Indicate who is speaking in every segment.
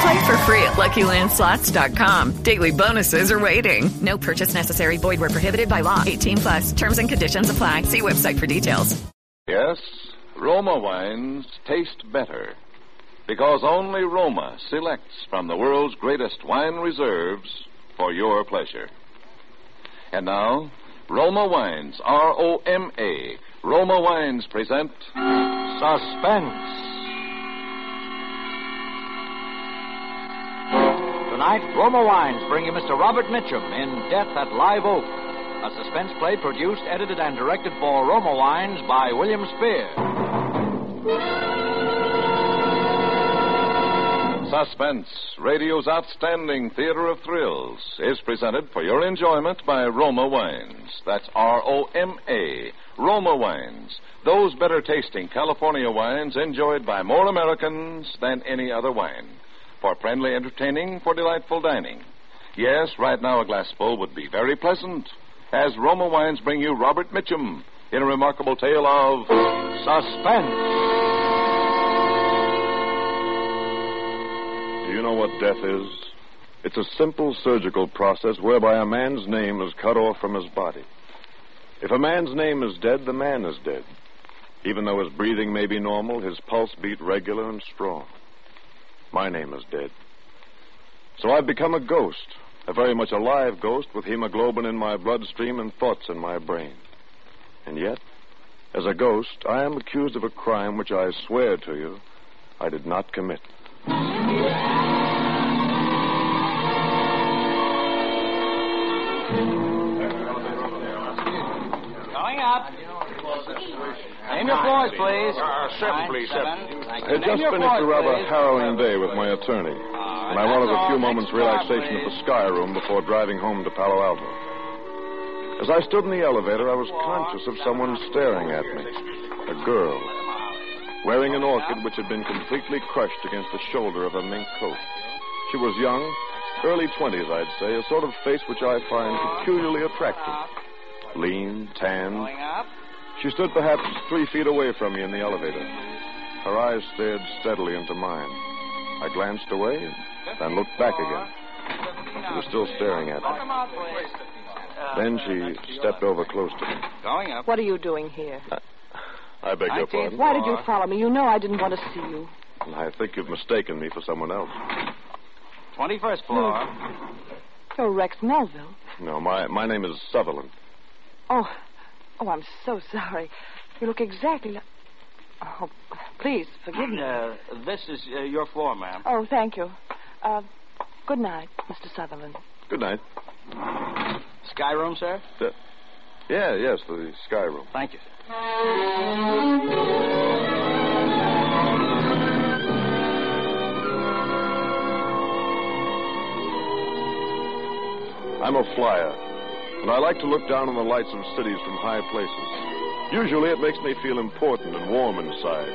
Speaker 1: Play for free at LuckyLandSlots.com. Daily bonuses are waiting. No purchase necessary. Void where prohibited by law. 18 plus. Terms and conditions apply. See website for details.
Speaker 2: Yes, Roma wines taste better because only Roma selects from the world's greatest wine reserves for your pleasure. And now, Roma Wines, R O M A, Roma Wines present Suspense.
Speaker 3: Tonight, Roma Wines bring you Mr. Robert Mitchum in Death at Live Oak, a suspense play produced, edited, and directed for Roma Wines by William Spear.
Speaker 2: Suspense, radio's outstanding theater of thrills, is presented for your enjoyment by Roma Wines. That's R O M A, Roma Wines. Those better tasting California wines enjoyed by more Americans than any other wine. For friendly entertaining, for delightful dining. Yes, right now a glassful would be very pleasant, as Roma Wines bring you Robert Mitchum in a remarkable tale of suspense.
Speaker 4: Do you know what death is? It's a simple surgical process whereby a man's name is cut off from his body. If a man's name is dead, the man is dead. Even though his breathing may be normal, his pulse beat regular and strong. My name is dead. So I've become a ghost, a very much alive ghost with hemoglobin in my bloodstream and thoughts in my brain. And yet, as a ghost, I am accused of a crime which I swear to you I did not commit.
Speaker 3: Going up. Name your floors, please.
Speaker 4: Uh,
Speaker 5: seven, please,
Speaker 3: seven. Thank
Speaker 4: I
Speaker 3: you.
Speaker 4: had
Speaker 3: Name
Speaker 4: just
Speaker 3: your
Speaker 4: finished
Speaker 3: floors,
Speaker 4: a rather
Speaker 3: please. Ah,
Speaker 4: harrowing day with my attorney, and I wanted a
Speaker 3: all.
Speaker 4: few
Speaker 3: Next
Speaker 4: moments
Speaker 3: car,
Speaker 4: relaxation at the
Speaker 3: please.
Speaker 4: Sky Room before driving home to Palo Alto. As I stood in the elevator, I was conscious of someone staring at me. A girl, wearing an orchid which had been completely crushed against the shoulder of a mink coat. She was young, early 20s, I'd say, a sort of face which I find peculiarly attractive. Lean, tanned,
Speaker 3: Going up.
Speaker 4: she stood perhaps three feet away from me in the elevator. Her eyes stared steadily into mine. I glanced away and then looked back again. She was still staring at me.
Speaker 3: Come out, please.
Speaker 4: Then she stepped over close to me.
Speaker 3: Going up.
Speaker 6: What are you doing here?
Speaker 4: I beg your pardon.
Speaker 6: Why did you follow me? You know I didn't want to see you.
Speaker 4: I think you've mistaken me for someone else.
Speaker 3: 21st floor.
Speaker 6: You're Rex Melville.
Speaker 4: No, my, my name is Sutherland.
Speaker 6: Oh, oh, I'm so sorry. You look exactly like. Oh, please
Speaker 4: Hmm.
Speaker 6: forgive me.
Speaker 3: Uh, this is uh, your floor, ma'am.
Speaker 6: Oh, thank you. Uh, good night, Mr. Sutherland.
Speaker 4: Good night.
Speaker 3: Sky room, sir?
Speaker 4: Uh, yeah, yes, the sky room.
Speaker 3: Thank you.
Speaker 4: I'm a flyer, and I like to look down on the lights of cities from high places. Usually it makes me feel important and warm inside,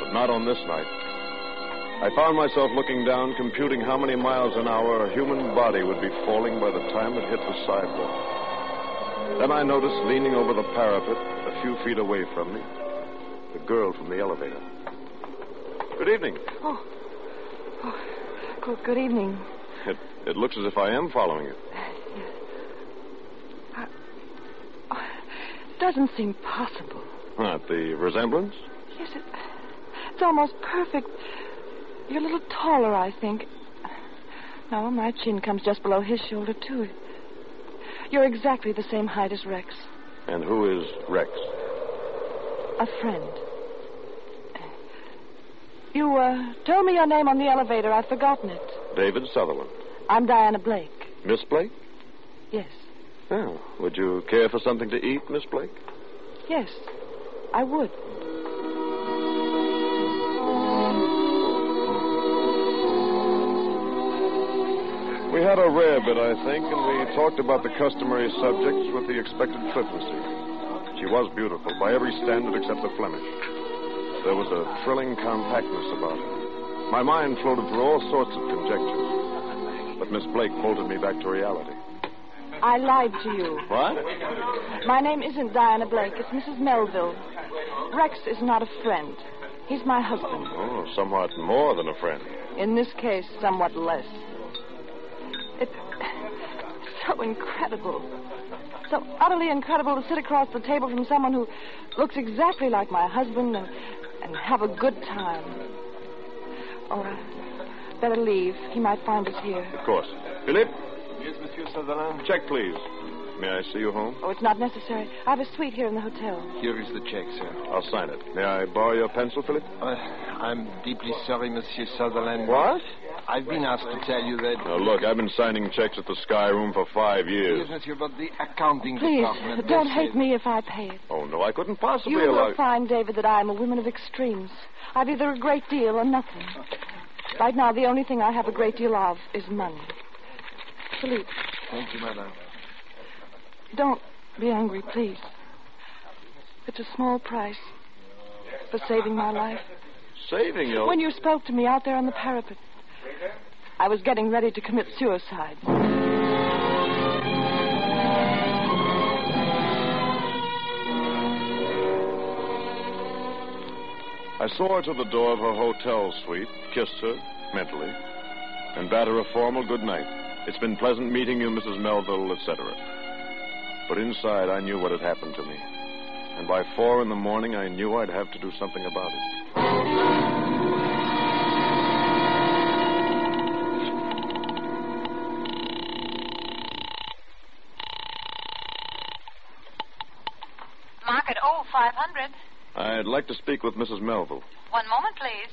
Speaker 4: but not on this night. I found myself looking down, computing how many miles an hour a human body would be falling by the time it hit the sidewalk. Then I noticed leaning over the parapet, a few feet away from me, the girl from the elevator. Good evening.
Speaker 6: Good, good evening.
Speaker 4: It, it looks as if I am following you.
Speaker 6: Doesn't seem possible.
Speaker 4: What, the resemblance?
Speaker 6: Yes, it, it's almost perfect. You're a little taller, I think. No, my chin comes just below his shoulder, too. You're exactly the same height as Rex.
Speaker 4: And who is Rex?
Speaker 6: a friend. You uh, told me your name on the elevator. I've forgotten it.
Speaker 4: David Sutherland.
Speaker 6: I'm Diana Blake.
Speaker 4: Miss Blake?
Speaker 6: Yes.
Speaker 4: Oh, would you care for something to eat, Miss Blake?
Speaker 6: Yes, I would.
Speaker 4: We had a rare bit, I think, and we talked about the customary subjects with the expected flippancy. She was beautiful by every standard except the Flemish. There was a thrilling compactness about her. My mind floated through all sorts of conjectures. But Miss Blake bolted me back to reality.
Speaker 6: I lied to you.
Speaker 4: What?
Speaker 6: My name isn't Diana Blake. It's Mrs. Melville. Rex is not a friend. He's my husband.
Speaker 4: Oh, somewhat more than a friend.
Speaker 6: In this case, somewhat less. It's so incredible. So utterly incredible to sit across the table from someone who looks exactly like my husband and, and have a good time. Oh, I better leave. He might find us here.
Speaker 4: Of course. Philippe? Yes, Monsieur Sutherland. Check, please. May I see you home?
Speaker 6: Oh, it's not necessary. I have a suite here in the hotel.
Speaker 5: Here is the check, sir.
Speaker 4: I'll sign it. May I borrow your pencil, Philippe?
Speaker 5: Uh, I'm deeply sorry, Monsieur Sutherland.
Speaker 4: What?
Speaker 5: I've been asked to tell you that.
Speaker 4: Now, look, I've been signing checks at the Sky Room for five years.
Speaker 5: Yes, Monsieur, but the accounting
Speaker 6: Please,
Speaker 5: department.
Speaker 6: don't
Speaker 5: they
Speaker 6: hate
Speaker 5: said-
Speaker 6: me if I pay it.
Speaker 4: Oh, no, I couldn't possibly
Speaker 6: You
Speaker 4: allow...
Speaker 6: will find, David, that I am a woman of extremes. I've either a great deal or nothing. Right now, the only thing I have a great deal of is money. Philippe,
Speaker 5: Thank you, madame.
Speaker 6: don't be angry, please. It's a small price for saving my life.
Speaker 4: Saving you.
Speaker 6: When you spoke to me out there on the parapet, I was getting ready to commit suicide.
Speaker 4: I saw her to the door of her hotel suite, kissed her, mentally, and bade her a formal good night. It's been pleasant meeting you, Mrs. Melville, etc. But inside, I knew what had happened to me. And by four in the morning, I knew I'd have to do something about it.
Speaker 7: Mark at 0500.
Speaker 4: I'd like to speak with Mrs. Melville.
Speaker 7: One moment, please.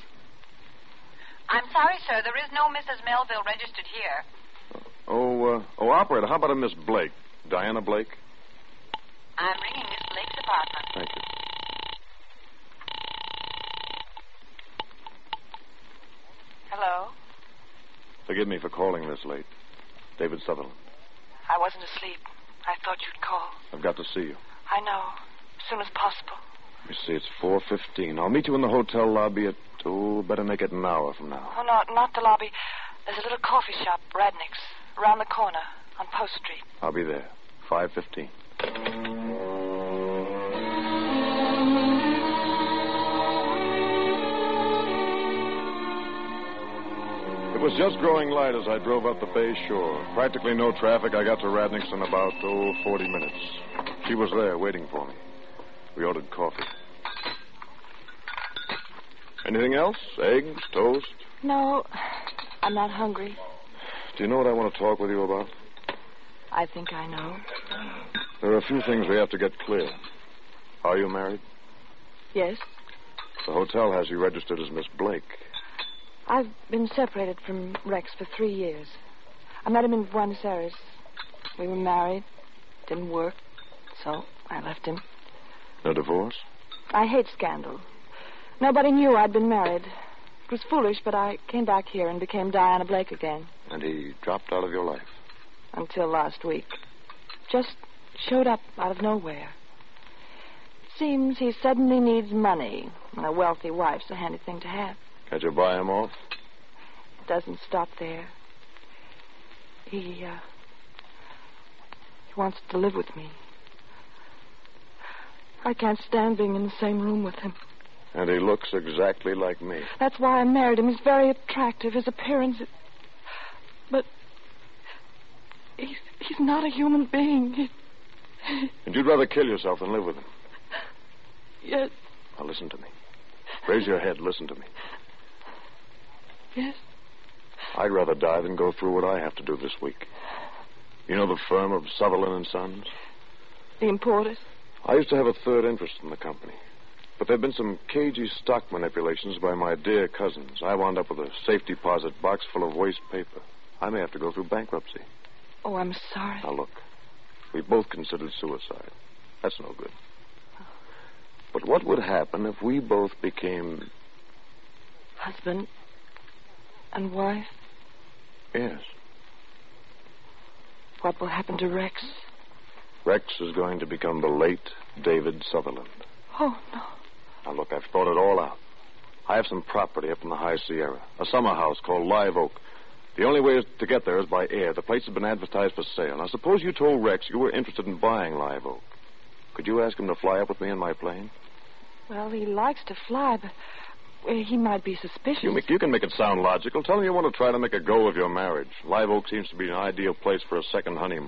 Speaker 7: I'm sorry, sir. There is no Mrs. Melville registered here.
Speaker 4: Oh, uh, oh, operator, how about a Miss Blake? Diana Blake?
Speaker 7: I'm ringing Miss Blake's apartment.
Speaker 4: Thank you.
Speaker 6: Hello?
Speaker 4: Forgive me for calling this late. David Sutherland,
Speaker 6: I wasn't asleep. I thought you'd call.
Speaker 4: I've got to see you.
Speaker 6: I know. As soon as possible.
Speaker 4: Let me see, it's 4.15. I'll meet you in the hotel lobby at, oh, better make it an hour from now.
Speaker 6: Oh, no, not the lobby. There's a little coffee shop, Radnick's, around the corner on Post Street.
Speaker 4: I'll be there. Five fifteen. It was just growing light as I drove up the bay shore. Practically no traffic. I got to Radnick's in about, oh, 40 minutes. She was there waiting for me. We ordered coffee. Anything else? Eggs? Toast?
Speaker 6: No, I'm not hungry.
Speaker 4: Do you know what I want to talk with you about?
Speaker 6: I think I know.
Speaker 4: There are a few things we have to get clear. Are you married?
Speaker 6: Yes,
Speaker 4: The hotel has you registered as Miss Blake.
Speaker 6: I've been separated from Rex for three years. I met him in Buenos Aires. We were married. Didn't work, so I left him.
Speaker 4: No divorce?
Speaker 6: I hate scandal. Nobody knew I'd been married. It was foolish, but I came back here and became Diana Blake again
Speaker 4: And he dropped out of your life.
Speaker 6: until last week. Just showed up out of nowhere. Seems he suddenly needs money, and a wealthy wife's a handy thing to have.
Speaker 4: Can't you buy him off?
Speaker 6: doesn't stop there. He, uh, he wants to live with me. I can't stand being in the same room with him.
Speaker 4: And he looks exactly like me.
Speaker 6: That's why I married him. He's very attractive. His appearance. is- But. He's, he's not a human being. He,
Speaker 4: And you'd rather kill yourself than live with him.
Speaker 6: yes,
Speaker 4: Now listen to me. Raise your head, listen to me.
Speaker 6: yes.
Speaker 4: I'd rather die than go through what I have to do this week. You know the firm of Sutherland and Sons?
Speaker 6: The importers.
Speaker 4: I used to have a third interest in the company. But there have been some cagey stock manipulations by my dear cousins. I wound up with a safe deposit box full of waste paper. I may have to go through bankruptcy.
Speaker 6: Oh, I'm sorry.
Speaker 4: Now, look, we both considered suicide. That's no good. But what would happen if we both became.
Speaker 6: Husband and wife,
Speaker 4: Yes,
Speaker 6: what will happen to Rex?
Speaker 4: Rex is going to become the late David Sutherland.
Speaker 6: Oh, no.
Speaker 4: Now, look, I've thought it all out. I have some property up in the High Sierra, a summer house called Live Oak. The only way to get there is by air. The place has been advertised for sale. Now, suppose you told Rex you were interested in buying Live Oak. Could you ask him to fly up with me in my plane?
Speaker 6: Well, he likes to fly, but well, he might be suspicious.
Speaker 4: You, make, you can make it sound logical. Tell him you want to try to make a go of your marriage. Live Oak seems to be an ideal place for a second honeymoon.